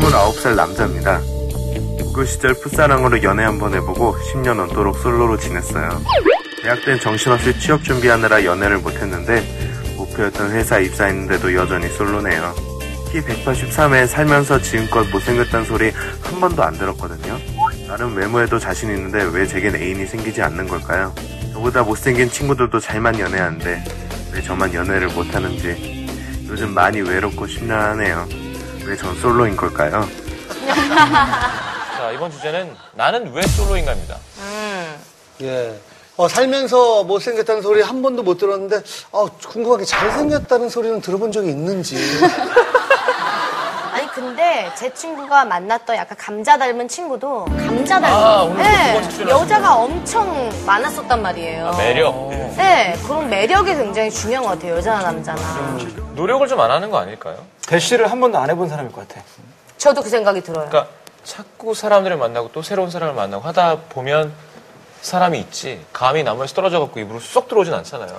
29살 남자입니다. 그 시절 풋사랑으로 연애 한번 해보고 10년 넘도록 솔로로 지냈어요. 대학 땐 정신없이 취업 준비하느라 연애를 못했는데 목표였던 회사 입사했는데도 여전히 솔로네요. 키 183에 살면서 지금껏 못생겼단 소리 한 번도 안 들었거든요. 나름 외모에도 자신 있는데 왜 제겐 애인이 생기지 않는 걸까요? 저보다 못생긴 친구들도 잘만 연애하는데 왜 저만 연애를 못하는지 요즘 많이 외롭고 심란하네요. 왜 전 솔로인 걸까요? 자, 이번 주제는 나는 왜 솔로인가입니다. 예. 어, 살면서 못생겼다는 소리 한 번도 못 들었는데, 어, 궁금하게 잘생겼다는 소리는 들어본 적이 있는지. 아니 근데 제 친구가 만났던 약간 감자 닮은 친구도 감자 닮은 네, 아, 오늘 두 번째 출연하신 여자가 엄청 많았었단 말이에요. 매력. 네, 그런 매력이 굉장히 중요한 것 같아요. 여자나 남자나. 노력을 좀 안 하는 거 아닐까요? 대시를 한 번도 안 해본 사람일 것 같아. 저도 그 생각이 들어요. 그러니까 자꾸 사람들을 만나고 또 새로운 사람을 만나고 하다 보면 사람이 있지. 감이 나무에서 떨어져 갖고 입으로 쏙 들어오진 않잖아요.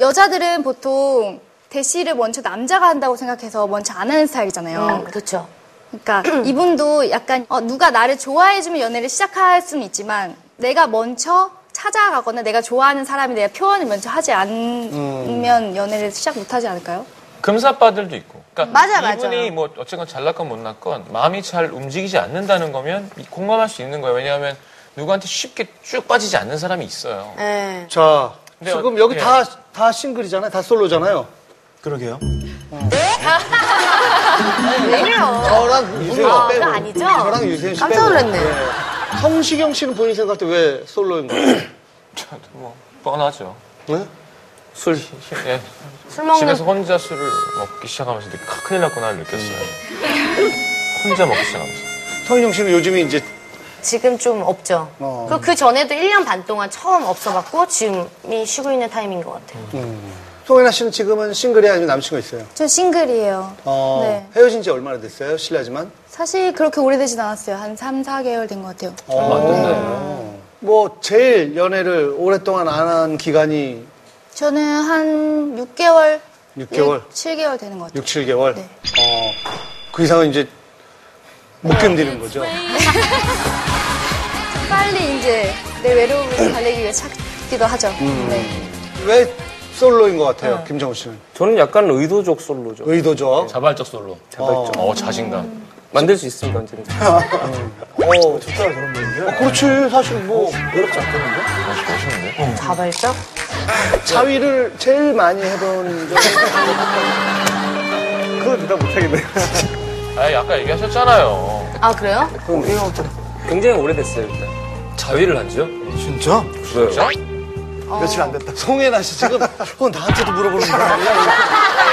여자들은 보통 대시를 먼저 남자가 한다고 생각해서 먼저 안 하는 스타일이잖아요. 음, 그렇죠. 그러니까 이분도 약간 어, 누가 나를 좋아해주면 연애를 시작할 수는 있지만 내가 먼저 찾아가거나 내가 좋아하는 사람이 내가 표현을 먼저 하지 음. 않으면 연애를 시작 못하지 않을까요? 금사빠들도 있고. 그러니까 맞아, 맞아. 이분이 뭐 어쨌건 잘났건 못났건 마음이 잘 움직이지 않는다는 거면 이- 공감할 수 있는 거예요. 왜냐하면 누구한테 쉽게 쭉 빠지지 않는 사람이 있어요. 네. 자, 근데 지금 어- 여기 예. 다, 다 싱글이잖아요. 다 솔로잖아요. 그러게요. 왜요? 저랑 유세윤 아, 빼고. 그거 아니죠? 저랑 유세윤 씨 깜짝 놀랐네. 빼고. 예. 성시경 씨는 본인 생각할 때 왜 솔로인 거예요? 저도 뭐 뻔하죠. 네? 술. 예. 술 먹는 집에서 혼자 술을 먹기 시작하면서 느- 큰- 큰일 났구나 느꼈어요. 혼자 먹기 시작하면서. 성인영 씨는 요즘에 이제 지금 좀 없죠. 어. 그, 그 전에도 1년 반 동안 처음 없어봤고 지금이 쉬고 있는 타임인 것 같아요. 음. 송혜나 씨는 지금은 싱글이 아니면 남친과 있어요. 저 싱글이에요. 어, 네. 헤어진 지 얼마나 됐어요? 실례지만. 사실 그렇게 오래되진 않았어요. 한 3, 4개월 된 것 같아요. 어. 뭐 제일 연애를 오랫동안 안 한 기간이 저는 한 6개월, 6개월? 7개월 되는 것 같아요. 6, 7개월. 네. 어, 그 이상은 이제 못 견디는 거죠. 빨리 이제 내 외로움을 달래기 위해 찾기도 하죠. 음. 네. 왜 솔로인 것 같아요, 김정우 씨는? 저는 약간 의도적 솔로죠. 의도적. 자발적 솔로. 자발적. 어, 자신감. 만들 수 있습니다, 언제든지. 어, 좋다, 그런 분이요? 그렇지, 사실 뭐. 자발적? 자위를 제일 많이 해본 그걸 대답 못하겠네요. 아, 아까 얘기하셨잖아요. 아 그래요? 굉장히 오래됐어요, 일단. 자위를 한 지요? 진짜? 그래요. 며칠 안 됐다. 송혜나 씨 지금 그건 나한테도 물어보는 거 아니야?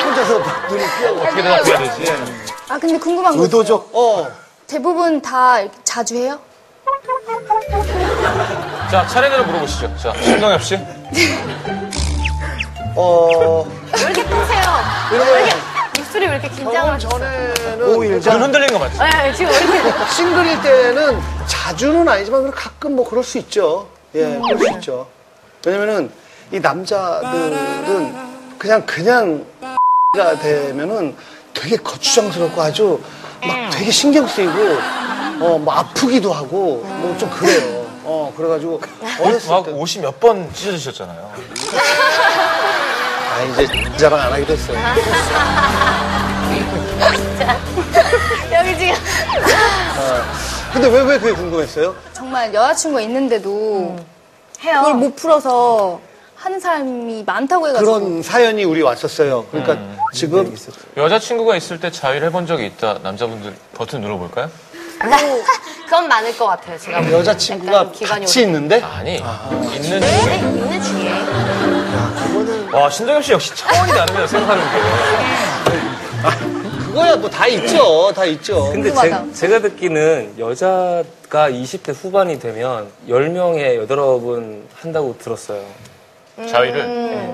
혼자서 막 눈을 피하고. 어떻게 대답해야 되지? 아 근데 궁금한 거 있어요. 의도적. 어. 대부분 다 이렇게 자주 해요? 자, 차례대로 물어보시죠. 자, 신동엽 씨. 어. 왜 이렇게 푸세요? 왜 이러면 이렇게 입술이 왜 이렇게 긴장을 결혼 하죠? 전에는 눈 흔들리는 거 맞죠? 네, 지금 왜 이렇게 싱글일 때는 자주는 아니지만 그래도 가끔 뭐 그럴 수 있죠. 예, 그럴 수 있죠. 왜냐면은 이 남자들은 그냥 그냥 가 되면은 되게 거추장스럽고 아주 막 되게 신경 쓰이고 어, 뭐 아프기도 하고 뭐 좀 그래요. 어, 그래가지고 뭐 어렸을 때. 50몇 번 찢어지셨잖아요. 아, 이제 자랑 안 하기로 했어요. 여기 지금 아, 근데 왜, 왜 그게 궁금했어요? 정말 여자친구가 있는데도 음. 해요. 그걸 못 풀어서 하는 사람이 많다고 해가지고 그런 사연이 우리 왔었어요. 그러니까 지금 여자친구가 있을 때 자위를 해본 적이 있다. 남자분들 버튼 눌러볼까요? 그건 많을 것 같아요. 제가 보기엔. 여자친구가 약간 기간이 같이 있는데 아니, 있는 오래- 중에. 네, 있는 중에 와, 신동엽 씨 역시 차원이 다릅니다, 생각하는 게. 그거야 뭐 다 있죠. 다 음. 있죠. 근데 궁금하다. 제, 가 듣기는 여자가 20대 후반이 되면 10명에 8분 한다고 들었어요. 자위를.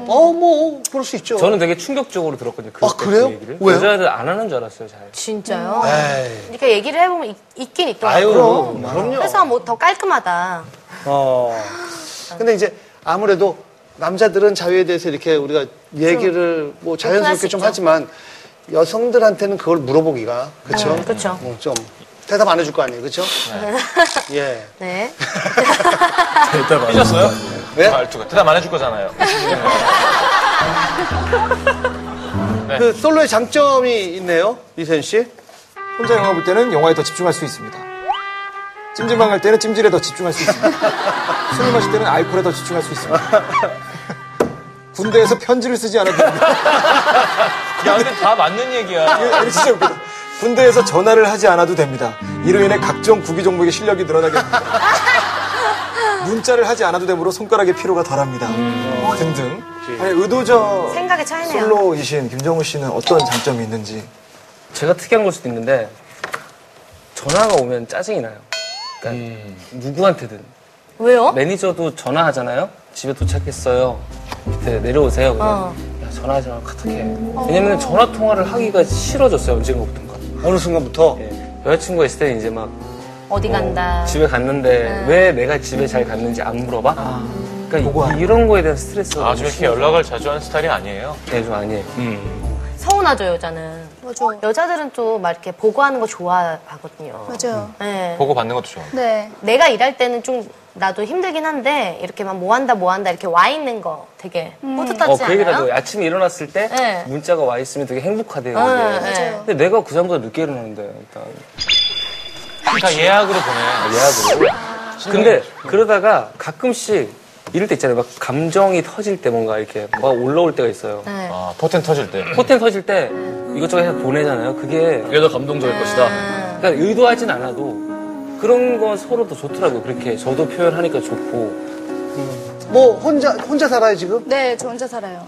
어, 뭐, 그럴 수 있죠. 저는 되게 충격적으로 들었거든요. 그 아, 그래요? 얘기를. 왜요? 여자들 안 하는 줄 알았어요, 잘. 진짜요. 에이. 그러니까 얘기를 해보면 있, 있긴 네. 아유, 있더라고요. 그럼요. 그래서 뭐 더 깔끔하다. 어. 근데 이제 아무래도 남자들은 자유에 대해서 이렇게 우리가 얘기를 뭐 할 자연스럽게 수 좀 있죠. 하지만 여성들한테는 그걸 물어보기가 그렇죠. 음, 그쵸. 좀 대답 안 해줄 거 아니에요, 그렇죠? 예. 네. 삐졌어요? 네? 말투가 대답 안 해줄 거잖아요. 그 솔로의 장점이 있네요, 이세윤 씨. 혼자 영화 볼 때는 영화에 더 집중할 수 있습니다. 찜질방 갈 때는 찜질에 더 집중할 수 있습니다. 술을 마실 때는 알코올에 더 집중할 수 있습니다. 군대에서 편지를 쓰지 않아도 됩니다. 야, 근데 다 맞는 얘기야. 이게 진짜 웃기다. 군대에서 전화를 하지 않아도 됩니다. 이로 인해 각종 구기 종목의 실력이 늘어나게 됩니다. 문자를 하지 않아도 되므로 손가락의 피로가 덜합니다. 음. 등등. 아니, 의도적 생각의 차이네요. 솔로이신 김정우 씨는 어떤 장점이 있는지. 제가 특이한 걸 수도 있는데 전화가 오면 짜증이 나요. 그러니까 음. 누구한테든 왜요? 매니저도 전화하잖아요. 집에 도착했어요. 밑에 내려오세요. 그냥. 어. 음. 야, 전화하지 말고 카톡해. 왜냐면 전화 통화를 하기가 싫어졌어요. 언젠가부터인가. 어느 순간부터 예. 여자친구가 있을 때는 이제 막 어디 간다. 집에 갔는데 아. 왜 내가 집에 잘 갔는지 안 물어봐? 아. 그러니까 이- 이런 거에 대한 스트레스가 아, 좀 이렇게 연락을 자주 하는 스타일이 아니에요. 네, 좀 아니에요. 음. 서운하죠, 여자는. 맞아. 여자들은 좀 막 이렇게 보고하는 거 좋아하거든요. 맞아요. 네. 보고 받는 것도 좋아. 네. 내가 일할 때는 좀 나도 힘들긴 한데 이렇게 막 뭐 한다 뭐 한다 이렇게 와 있는 거 되게 음. 어, 뿌듯하지 그 않아요? 얘기라도 아침에 일어났을 때 네. 문자가 와 있으면 되게 행복하대요. 네, 이게. 맞아요. 근데 내가 그 사람보다 늦게 일어나는데 일단 그러니까 예약으로 보내. 예약으로. 근데 그러다가 가끔씩 이럴 때 있잖아요. 막 감정이 터질 때 뭔가 이렇게 막 올라올 때가 있어요. 네. 아, 포텐 터질 때. 포텐 터질 때 이것저것 해서 보내잖아요. 그게 네. 그게 더 감동적일 것이다. 그러니까 의도하진 않아도 그런 건 서로 더 좋더라고요. 그렇게 저도 표현하니까 좋고 뭐 혼자 혼자 살아요 지금? 네, 저 혼자 살아요.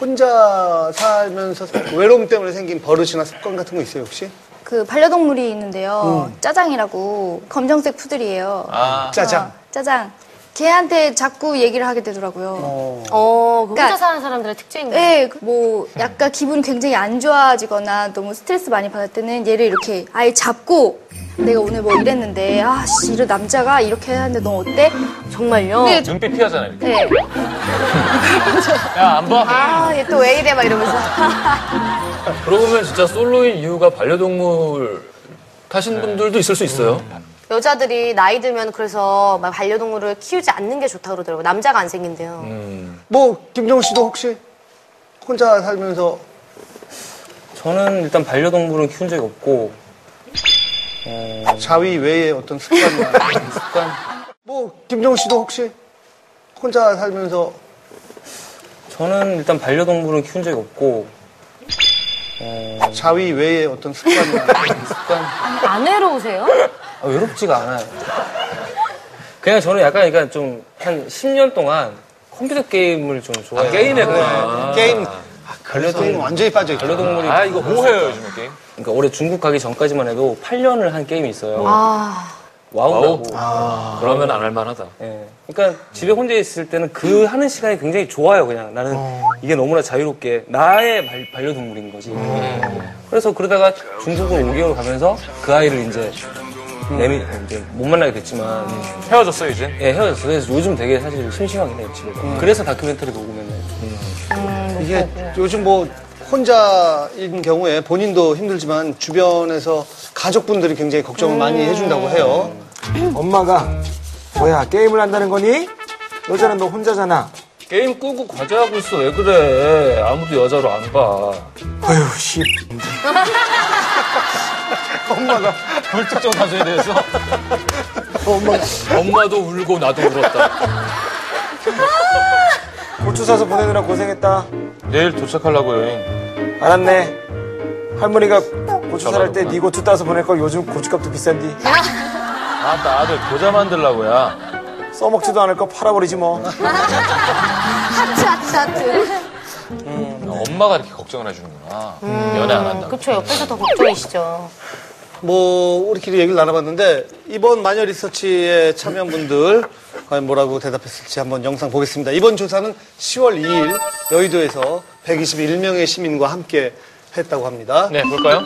혼자 살면서 외로움 때문에 생긴 버릇이나 습관 같은 거 있어요 혹시? 그 반려동물이 있는데요. 음. 짜장이라고 검정색 푸들이에요. 아, 짜장. 어, 짜장. 걔한테 자꾸 얘기를 하게 되더라고요. 어, 그 혼자 그러니까- 사는 사람들의 특징인 거예요. 네, 그 뭐 약간 기분이 굉장히 안 좋아지거나 너무 스트레스 많이 받을 때는 얘를 이렇게 아예 잡고 내가 오늘 뭐 이랬는데 아씨 이런 남자가 이렇게 하는데 너 어때? 정말요? 네, 눈빛 피하잖아요. 이렇게. 네. 야, 안 봐. 아, 얘 또 왜 이래 막 이러면서. 그러고 보면 진짜 솔로인 이유가 반려동물 네. 타신 분들도 있을 수 있어요. 음. 여자들이 나이 들면 그래서 막 반려동물을 키우지 않는 게 좋다 그러더라고요. 남자가 안 생긴대요. 음, 뭐 김정우 씨도 혹시 혼자 살면서 저는 일단 반려동물은 키운 적이 없고 자위 외에 어떤 습관이나 습관 뭐 김정우 씨도 혹시 혼자 살면서 저는 일단 반려동물은 키운 적이 없고 자위 외에 어떤 습관이나 습관 안 외로우세요? 아, 외롭지가 않아요. 그냥 저는 약간 그러니까 좀 한 10년 동안 컴퓨터 게임을 좀 좋아해요. 네. 게임했구나. 게임 아, 그래도 게임 완전히 빠져 있죠. 반려동물이 아, 이거 뭐해요, 요즘 게임? 그러니까 올해 중국 가기 전까지만 해도 8년을 한 게임이 있어요. 와우라고. 뭐. 그러면 안 할만하다. 예. 그러니까 집에 혼자 있을 때는 그 하는 시간이 굉장히 좋아요. 그냥 나는 이게 너무나 자유롭게 나의 발- 반려동물인 거지. 그래서 그러다가 중국으로 5개월 가면서 그 아이를 이제 내미 이제 못 만나게 됐지만 헤어졌어요, 이제? 예, 헤어졌어. 그래서 요즘 되게 사실 심심하긴 해요, 집에. 그래서 다큐멘터리 보고 맨날. 이게 요즘 뭐 혼자인 경우에 본인도 힘들지만 주변에서 가족분들이 굉장히 걱정을 많이 해준다고 해요. 엄마가 뭐야 게임을 한다는 거니? 여자는 너 혼자잖아. 게임 끄고 과제하고 있어. 왜 그래? 아무도 여자로 안 봐. 어휴 씨. 엄마가 불특정 다수에 대해서 엄마 엄마도 울고 나도 울었다. 고추 사서 보내느라 고생했다. 내일 도착하려고 여행. 알았네. 할머니가 고추 사랄 때 네 고추 따서 보낼 걸 요즘 고추값도 비싼디. 아따, 아들 교자 만들라고, 야. 써먹지도 않을 거 팔아버리지 뭐. 하트 하트 하트. 엄마가 이렇게 걱정을 해주는구나. 연애 안 한다고. 그쵸, 옆에서 더 걱정이시죠. 뭐 우리끼리 얘기를 나눠봤는데 이번 마녀 리서치에 참여한 분들 과연 뭐라고 대답했을지 한번 영상 보겠습니다. 이번 조사는 10월 2일 여의도에서 121명의 시민과 함께 했다고 합니다. 네, 볼까요?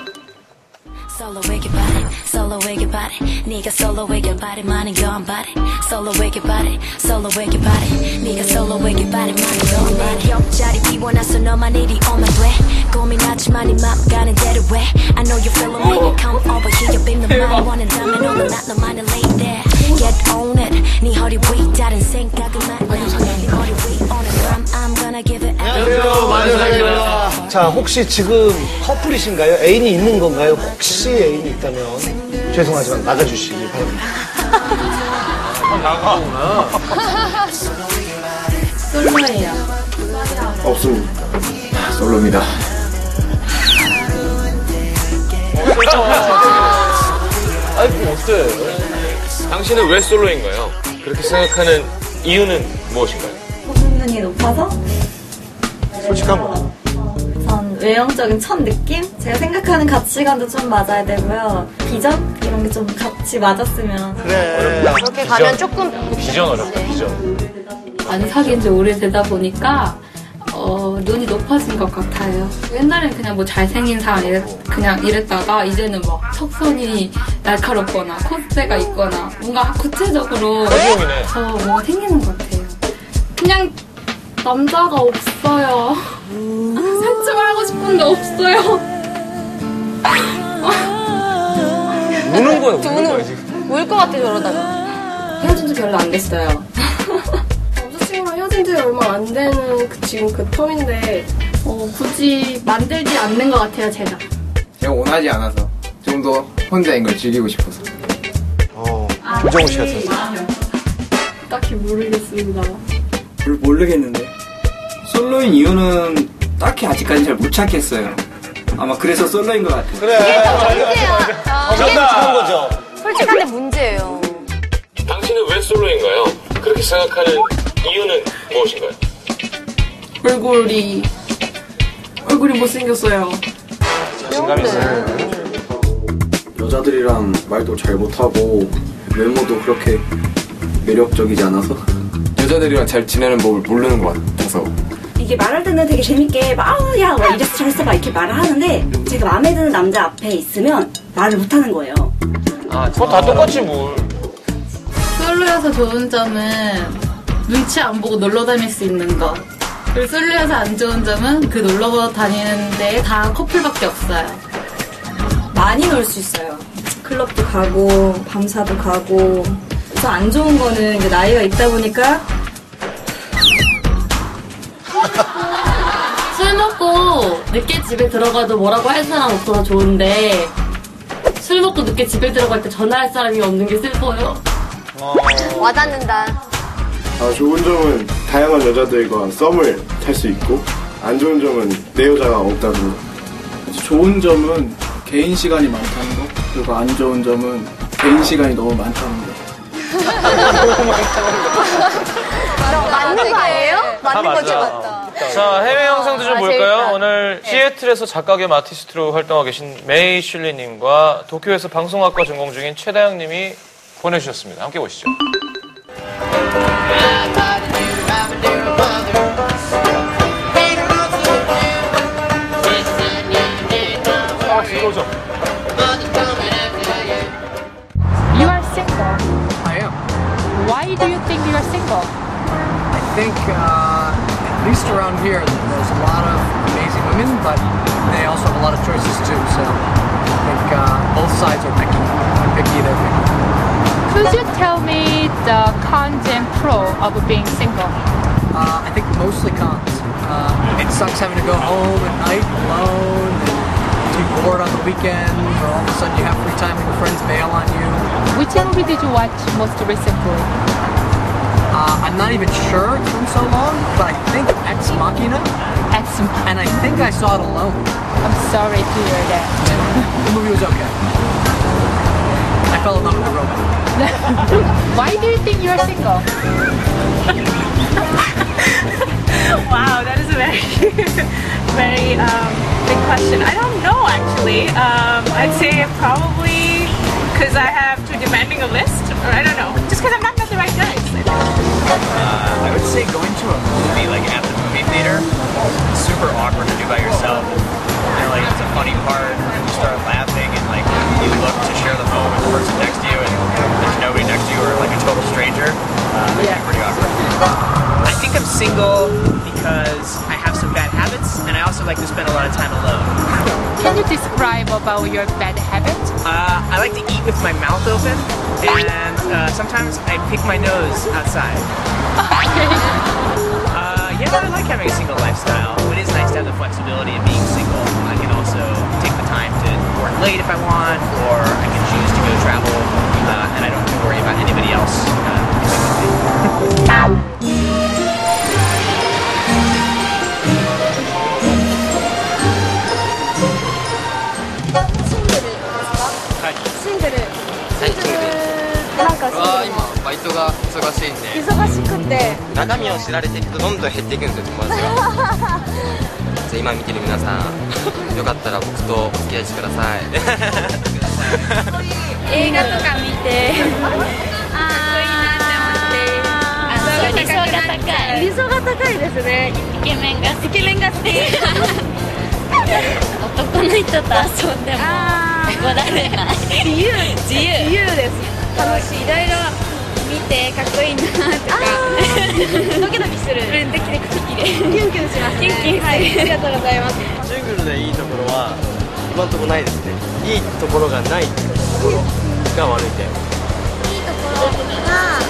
Solo wiggy body, solo의 바래 네가 solo의 바래만은 연바래 solo의 바래 solo의 바래 네가 solo의 바래만은 연바래 내 옆자리 비워놔서 너만 이리 오면 돼 고민하지만 이맘 가는 대로 해 I know you feeling me come over here 빈 너만 원한다면 오늘 낮 너만을 lay there get on it 네 허리 위 다른 생각은 말네 허리 위 오늘 밤 I'm gonna give it everything 자, 혹시 지금 커플이신가요? 애인이 있는 건가요? 혹시 애인이 있다면 죄송하지만 나가주시기 바랍니다. 없습니다. 솔로입니다. 아이 그럼 어때? 당신은 왜 솔로인 가요 그렇게 생각하는 이유는 무엇인가요? 능이 높아서 솔직한 거. 우선 외형적인 첫 느낌? 제가 생각하는 가치관도 좀 맞아야 되고요. 비전? 이런 게 좀 같이 맞았으면. 그렇게 가면 조금 비전 어렵다 비전 안 사귄 지 오래되다 보니까, 어, 눈이 높아진 것 같아요. 옛날엔 그냥 뭐 잘생긴 사람 이랬, 그냥 이랬다가, 이제는 막 턱선이 날카롭거나, 콧대가 있거나, 뭔가 구체적으로 소중이네 저 뭔가 생기는 것 같아요. 그냥 남자가 없어요. 음. 살춤을 하고 싶은데 없어요. 우는 거예요, 우는 거예요, 지금. 울것 같아 저러다가. 헤어진 지 별로 안 됐어요. 남자친구랑 헤어진 지 얼마 안 되는 그 지금 그 텀인데 어, 굳이 만들지 않는 것 같아요, 제가. 제가 원하지 않아서 좀 더 혼자인 걸 즐기고 싶어서. 어, 조정우 씨가 썼어. 딱히 모르겠습니다. 모르겠는데. 솔로인 이유는 딱히 아직까지 잘 못 찾겠어요. 아마 그래서 솔로인 것 같아요. 이게 더 문제야. 아, 이게 그런 거죠. 솔직한데 문제예요. 당신은 왜 솔로인가요? 그렇게 생각하는 이유는 무엇인가요? 얼굴이 얼굴이 못생겼어요. 여자들이랑 말도 잘 못하고 외모도 그렇게 매력적이지 않아서 여자들이랑 잘 지내는 법을 모르는 것 같아서 이게 말할 때는 되게 재밌게 막야 이랬어 저랬어 막 이렇게 말을 하는데 제가 마음에 드는 남자 앞에 있으면 말을 못하는 거예요. 그건 다 똑같지 뭘 솔로여서 좋은 점은 눈치 안 보고 놀러 다닐 수 있는 거. 그리고 솔로여서 안 좋은 점은 그 놀러 다니는데 다 커플밖에 없어요. 많이 놀 수 있어요. 클럽도 가고 밤사도 가고. 그래서 안 좋은 거는 이제 나이가 있다 보니까 술 먹고 늦게 집에 들어가도 뭐라고 할 사람 없어서 좋은데 술 먹고 늦게 집에 들어갈 때 전화할 사람이 없는 게 슬퍼요. 와닿는다. 아, 좋은 점은 다양한 여자들과 썸을 탈 수 있고 안 좋은 점은 내 여자가 없다는 거 좋은 점은 개인 시간이 많다는 거 그리고 안 좋은 점은 개인 시간이 너무 많다는 거 맞는 거예요? 맞는 거죠. 아, 자 해외 영상도 좀 볼까요? 오늘 시애틀에서 작가겸 아티스트로 활동하고 계신 메이 슐리님과 도쿄에서 방송학과 전공 중인 최다영님이 보내주셨습니다. 함께 보시죠. 아, 들어오죠. You are single. I am. Why do you think you are single? think uh, at least around here there's a lot of amazing women, but they also have a lot of choices too. So I think uh, both sides are picky. Picky, they're picky. Could you tell me the cons and pro of being single? Uh, I think mostly cons. Uh, it sucks having to go home at night alone. And too bored on the weekend, or all of a sudden you have free time and your friends bail on you. Which movie did you watch most recently? Uh, I'm not even sure it's been so long, but I think Ex Machina, Ex. and I think I saw it alone. I'm sorry to hear that. The movie was okay. I fell in love with the robot. Why do you think you are single? wow, that is a very, very um, big question. I don't know actually. Um, I'd say probably because I have too demanding a list, or I don't know, just because I've not met the right guys. I would say going to a movie, like at the movie theater, it's super awkward to do by yourself. You know, like it's a funny part, and you start laughing, and like you you love to share the moment with the person next to you, and there's nobody next to you, or like a total stranger. Um, yeah. Pretty awkward. I think I'm single because I have some bad habits, and I also like to spend a lot of time alone. Can you describe about your bad habit? Uh, I like to eat with my mouth open, and uh, sometimes I pick my nose outside. Uh, yeah, I like having a single lifestyle. It is nice to have the flexibility of being single. I can also take the time to work late if I want, or I can choose to go travel, uh, and I don't have to worry about anybody else. Uh, 싱글을 最近なんかは今バイトが忙しいんで忙しくて中身を知られていくとどんどん減っていくんですよ友達がじゃあ今見てる皆さんよかったら僕とお付き合いしてください映画とか見てかっこいいなって思って理想が高い理想が高いですねイケメンがイケメンが好き 男の人と遊んでも怒られない自由自由自由です楽しいいろいろ見てかっこいいなとかドキドキするうんドキドキキュンキュンしますキュンキュンはいありがとうございますシングルでいいところは今んとこないですねいいところがないところが悪い点は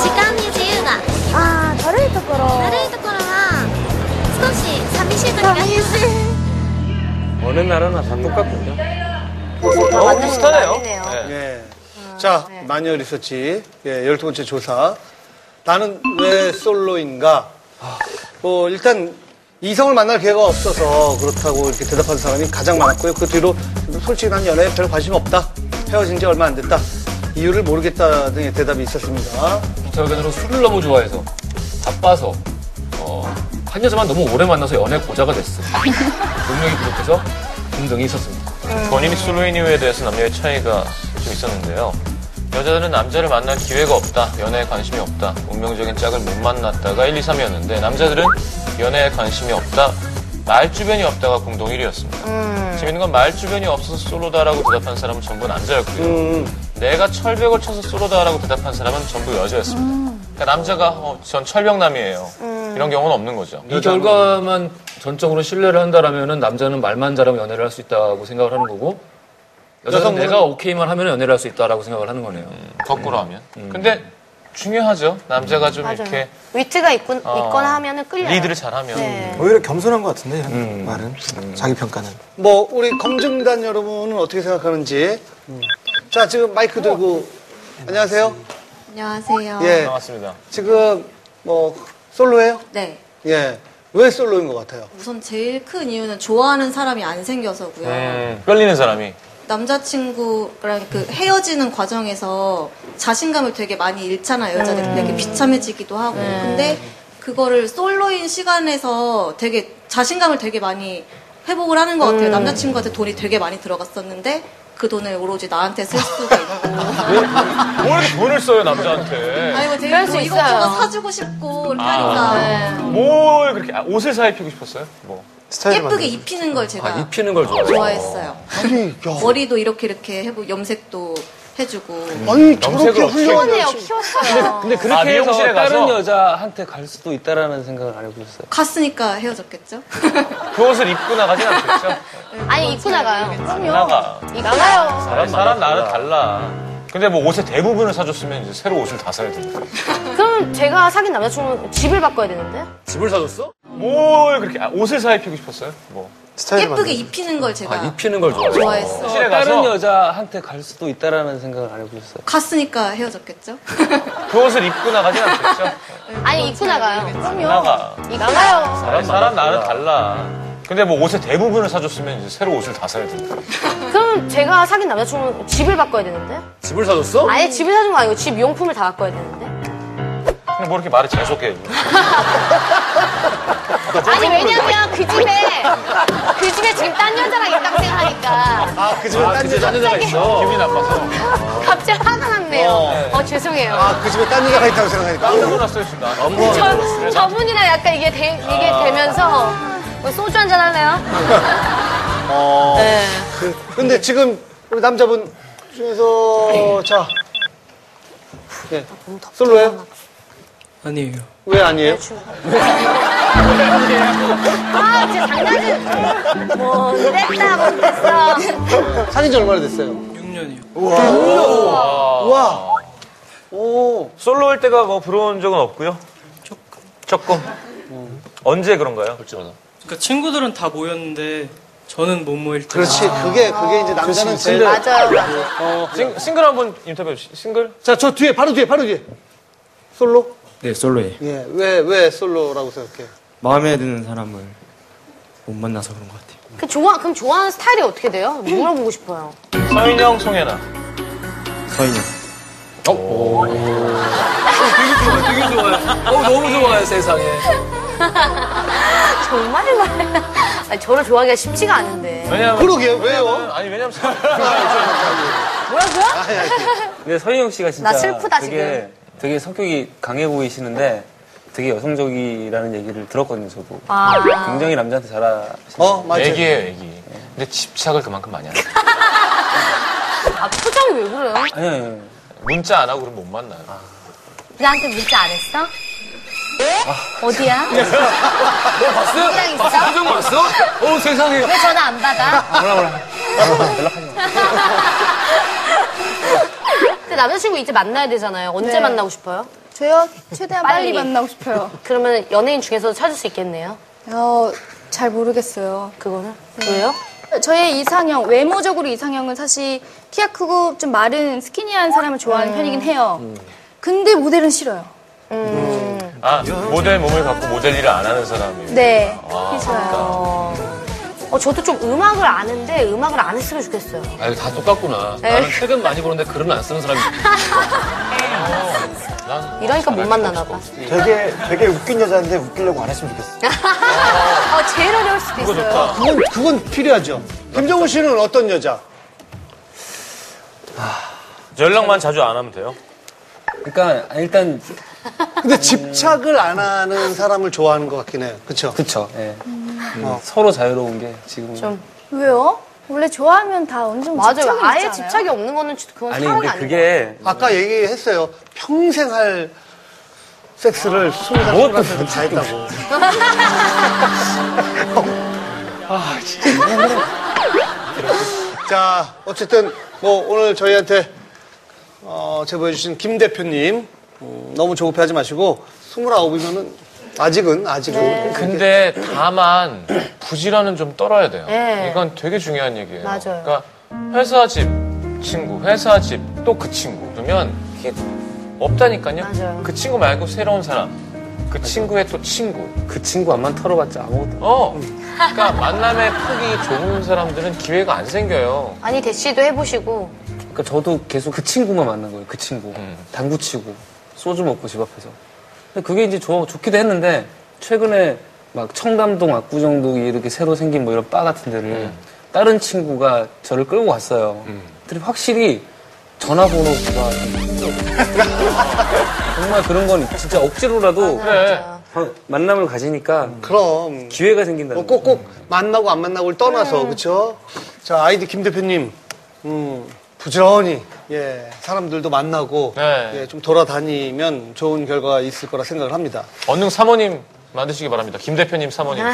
時間に自由がああ悪いところ悪いところは少し寂しい時があります 어느 나라나 다 똑같군요. 너무 어, 아, 비슷하네요. 예. 아, 자, 네. 마녀 리서치 예, 열두 번째 조사. 나는 왜 솔로인가? 뭐 일단 이성을 만날 기회가 없어서 그렇다고 이렇게 대답하는 사람이 가장 많았고요. 그 뒤로 솔직히 난 연애에 별 관심 없다. 헤어진 지 얼마 안 됐다. 이유를 모르겠다 등의 대답이 있었습니다. 저 의견으로 술을 너무 좋아해서 바빠서 어, 한 여자만 너무 오래 만나서 연애 고자가 됐어. 능력이 부족해서 분등이 있었습니다. 음. 본인이 솔로인 이유에 대해서 남녀의 차이가 좀 있었는데요. 여자들은 남자를 만날 기회가 없다, 연애에 관심이 없다, 운명적인 짝을 못 만났다가 1, 2, 3이었는데 남자들은 연애에 관심이 없다, 말 주변이 없다가 공동 1위였습니다. 재밌는 건 말 주변이 없어서 솔로다라고 대답한 사람은 전부 남자였고요. 내가 철벽을 쳐서 솔로다라고 대답한 사람은 전부 여자였습니다. 그러니까 남자가 어, 전 철벽남이에요. 이런 경우는 없는 거죠. 이 결과만 전적으로 신뢰를 한다라면은 남자는 말만 잘하면 연애를 할 수 있다고 생각을 하는 거고 여자는 여성분은- 내가 오케이만 하면 연애를 할 수 있다라고 생각을 하는 거네요. 거꾸로 하면. 음. 근데 중요하죠. 남자가 좀 맞아요. 네. 이렇게 위트가 있군, 어, 있거나 하면은 끌려요. 리드를 잘하면. 음. 오히려 뭐 겸손한 것 같은데 말은 자기 평가는 뭐 우리 검증단 여러분은 어떻게 생각하는지. 음. 자, 지금 마이크 들고 안녕하세요. 어. 네, 안녕하세요. 예. 반갑습니다. 지금 뭐 솔로예요? 네. 예. 왜 솔로인 것 같아요? 우선 제일 큰 이유는 좋아하는 사람이 안 생겨서고요. 네. 음, 끌리는 사람이. 남자친구랑 그 헤어지는 과정에서 자신감을 되게 많이 잃잖아요. 여자들 이 되게 비참해지기도 하고. 근데 그거를 솔로인 시간에서 되게 자신감을 되게 많이 회복을 하는 것 같아요. 남자친구한테 돈이 되게 많이 들어갔었는데 그 돈을 오로지 나한테 쓸 수가 뭘 이렇게 돈을 써요, 남자한테. 아니고 되게 그럴 수 또 있어요. 네. 이것저것 사주고 싶고 아. 이렇게 하니까 뭘 그렇게 아, 옷을 사 입히고 싶었어요? 뭐 예쁘게 입히는 걸 제가 아, 입히는 걸 좋아했어요. 머리도 이렇게 이렇게 해보 염색도 해주고. 아니 저렇게 훌륭한 키웠네요, 여친. 키웠어요. 근데 그렇게 아, 해서 미용실에 다른 가서? 여자한테 갈 수도 있다라는 생각을 안 해보셨어요? 갔으니까 헤어졌겠죠? 그 옷을 입고 나가진 않겠죠? 아니, 입고 나가요. 그럼요. 나가. 입고 나가요. 사람, 사람 나는 달라. 음. 근데 뭐 옷의 대부분을 사줬으면 이제 새로 옷을 다 사야 된다. 그럼 제가 사귄 남자친구는 집을 바꿔야 되는데? 집을 사줬어? 뭘 그렇게 아, 옷을 사 입히고 싶었어요? 뭐 예쁘게 입히는 걸 제가 입히는 걸 좋아해요. 좋아했어요. 다른 가서? 여자한테 갈 수도 있다라는 생각을 안 해보셨어요? 갔으니까 헤어졌겠죠? 그 옷을 입고 나가진 않겠죠? 아니, 입고 나가요. 그럼요. 나가. 입고 나가요. 사람, 사람 나는 달라. 근데 뭐 옷의 대부분을 사줬으면 이제 새로 옷을 다 사야 된다. 그럼 제가 사귄 남자친구는 집을 바꿔야 되는데? 집을 사줬어? 아예 집을 사준 거 아니고 집 용품을 다 바꿔야 되는데? 근데 뭐 이렇게 말을 재수없게 해. 그러니까 아니 왜냐면 그 집에 그 집에 지금 딴 여자랑 있다고 생각하니까 아, 그 집에 딴 여자가 아, 있어. 기분이 나빠서. 갑자기 화가 났네요. 어. 어, 죄송해요. 그 집에 딴 여자가 있다고 생각하니까. 깜짝 놀랐어요, 지금 나. 너무 저, 저분이랑 약간 이게 되, 이게 아. 되면서 뭐 소주 한잔 할래요? 어. 네. 그, 근데 지금 우리 남자분 중에서 자 예. 솔로예요? 아니에요. 왜 아니에요? 아 진짜 장난질 뭐 못됐다 못됐어 네. 사귄 지 얼마나 됐어요? 6년이요. 우와. 우와. 오. 솔로 할 때가 뭐 부러운 적은 없고요. 조금. 조금. 언제 그런가요? 솔직하다. 그러니까 친구들은 다 모였는데 저는 못 모일 때. 아, 그렇지. 그게 그게 아, 이제 남자는 제일 싱, 싱글 한번 인터뷰 해주시 싱글? 자, 저 뒤에 바로 뒤에 바로 뒤에. 솔로? 네, 솔로예요. 예. 왜 왜 솔로라고 생각해요? 마음에 드는 사람을 못 만나서 그런 것 같아요. 그 좋아 그럼 좋아하는 스타일이 어떻게 돼요? 물어보고 싶어요. 서인영, 송혜나. 서인영. 어? 오. 되게 좋아요, 되게 좋아요. 어, 너무 좋아요, 세상에. 정말 말이야. 아니, 저를 좋아하기가 쉽지가 않은데. 왜냐면 그러게요. 왜요? 아니 왜냐면 뭐야 뭐야? 근데 서희영 씨가 진짜 나 슬프다, 되게 지금. 되게 성격이 강해 보이시는데 되게 여성적이라는 얘기를 들었거든요 저도. 아. 굉장히 남자한테 잘하시는. 어 애기예요, 애기. 근데 집착을 그만큼 많이 하는 아 표정이 왜 그래요? 아니, 아니, 아니. 문자 안 하고 그럼 못 만나요. 나한테 문자 안 했어? 어디야? 너 봤어? 그냥 있어? 봤어? 표정 봤어? 어, 세상에. 왜 전화 안 받아? 뭐라 뭐라. 근데 남자친구 이제 만나야 되잖아요. 언제 네. 만나고 싶어요? 저요? 최대한 빨리 만나고 싶어요. 그러면 연예인 중에서 찾을 수 있겠네요. 어, 잘 모르겠어요. 그거는? 왜요? 저의 이상형, 외모적으로 이상형은 사실 키가 크고 좀 마른 스키니한 사람을 좋아하는 편이긴 해요. 음. 근데 모델은 싫어요. 아 모델 몸을 갖고 모델 일을 안 하는 사람이에요. 네. 아, 어. 어, 저도 좀 음악을 아는데 음악을 안 했으면 좋겠어요. 아, 다 똑같구나. 네. 나는 책은 많이 보는데 글은 안 쓰는 사람이. 이러니까 못 만나나 봐. 되게 되게 웃긴 여자인데 웃기려고 안 했으면 좋겠어. 어, 제일 어려울 수도 있어요. 그건 그건 필요하죠. 김정우 씨는 어떤 여자? 연락만 자주 안 하면 돼요. 그러니까 일단 근데 집착을 안 하는 사람을 좋아하는 것 같긴 해요. 그렇죠? 그렇죠. 예. 음, 서로 자유로운 게 지금. 좀. 왜요? 원래 좋아하면 다 어느 정도 맞아요. 집착은 있지 아예 않아요? 집착이 없는 거는 그건 아니 상황이 근데 아니고. 그게 아까 얘기했어요. 평생 할 섹스를 스무 살 스물한 살다 했다고. 아 진짜. 자 어쨌든 뭐 오늘 저희한테 어, 제보해 주신 김 대표님 음, 너무 조급해하지 마시고 스물아홉이면은 아직은 아직은 근데 다만 부지런은 좀 떨어야 돼요. 예. 이건 되게 중요한 얘기예요. 맞아요. 그러니까 회사 집 친구, 회사 집 또 그 친구 그러면 이게 없다니까요. 그 친구 말고 새로운 사람, 그 친구의 또 친구. 그 친구 안만 털어봤자 아무것도. 어. 그러니까 만남의 폭이 좁은 사람들은 기회가 안 생겨요. 아니 대시도 해보시고 그러니까 저도 계속 그 친구만 만난 거예요. 그 친구. 당구 치고 소주 먹고 집 앞에서. 근데 그게 이제 좋, 좋기도 했는데 최근에 막 청담동 압구정동이 이렇게 새로 생긴 뭐 이런 바 같은 데를 다른 친구가 저를 끌고 갔어요. 근데 확실히 전화번호가 정말 그런 건 진짜 억지로라도 어, 만남을 가지니까 그럼 기회가 생긴다는 어, 꼭꼭 만나고 안 만나고를 떠나서 그렇죠. 자 아이디 김 대표님 음, 부지런히 예 사람들도 만나고 네. 예, 좀 돌아다니면 좋은 결과가 있을 거라 생각을 합니다. 언능 사모님 만드시기 바랍니다. 김 대표님 사모님.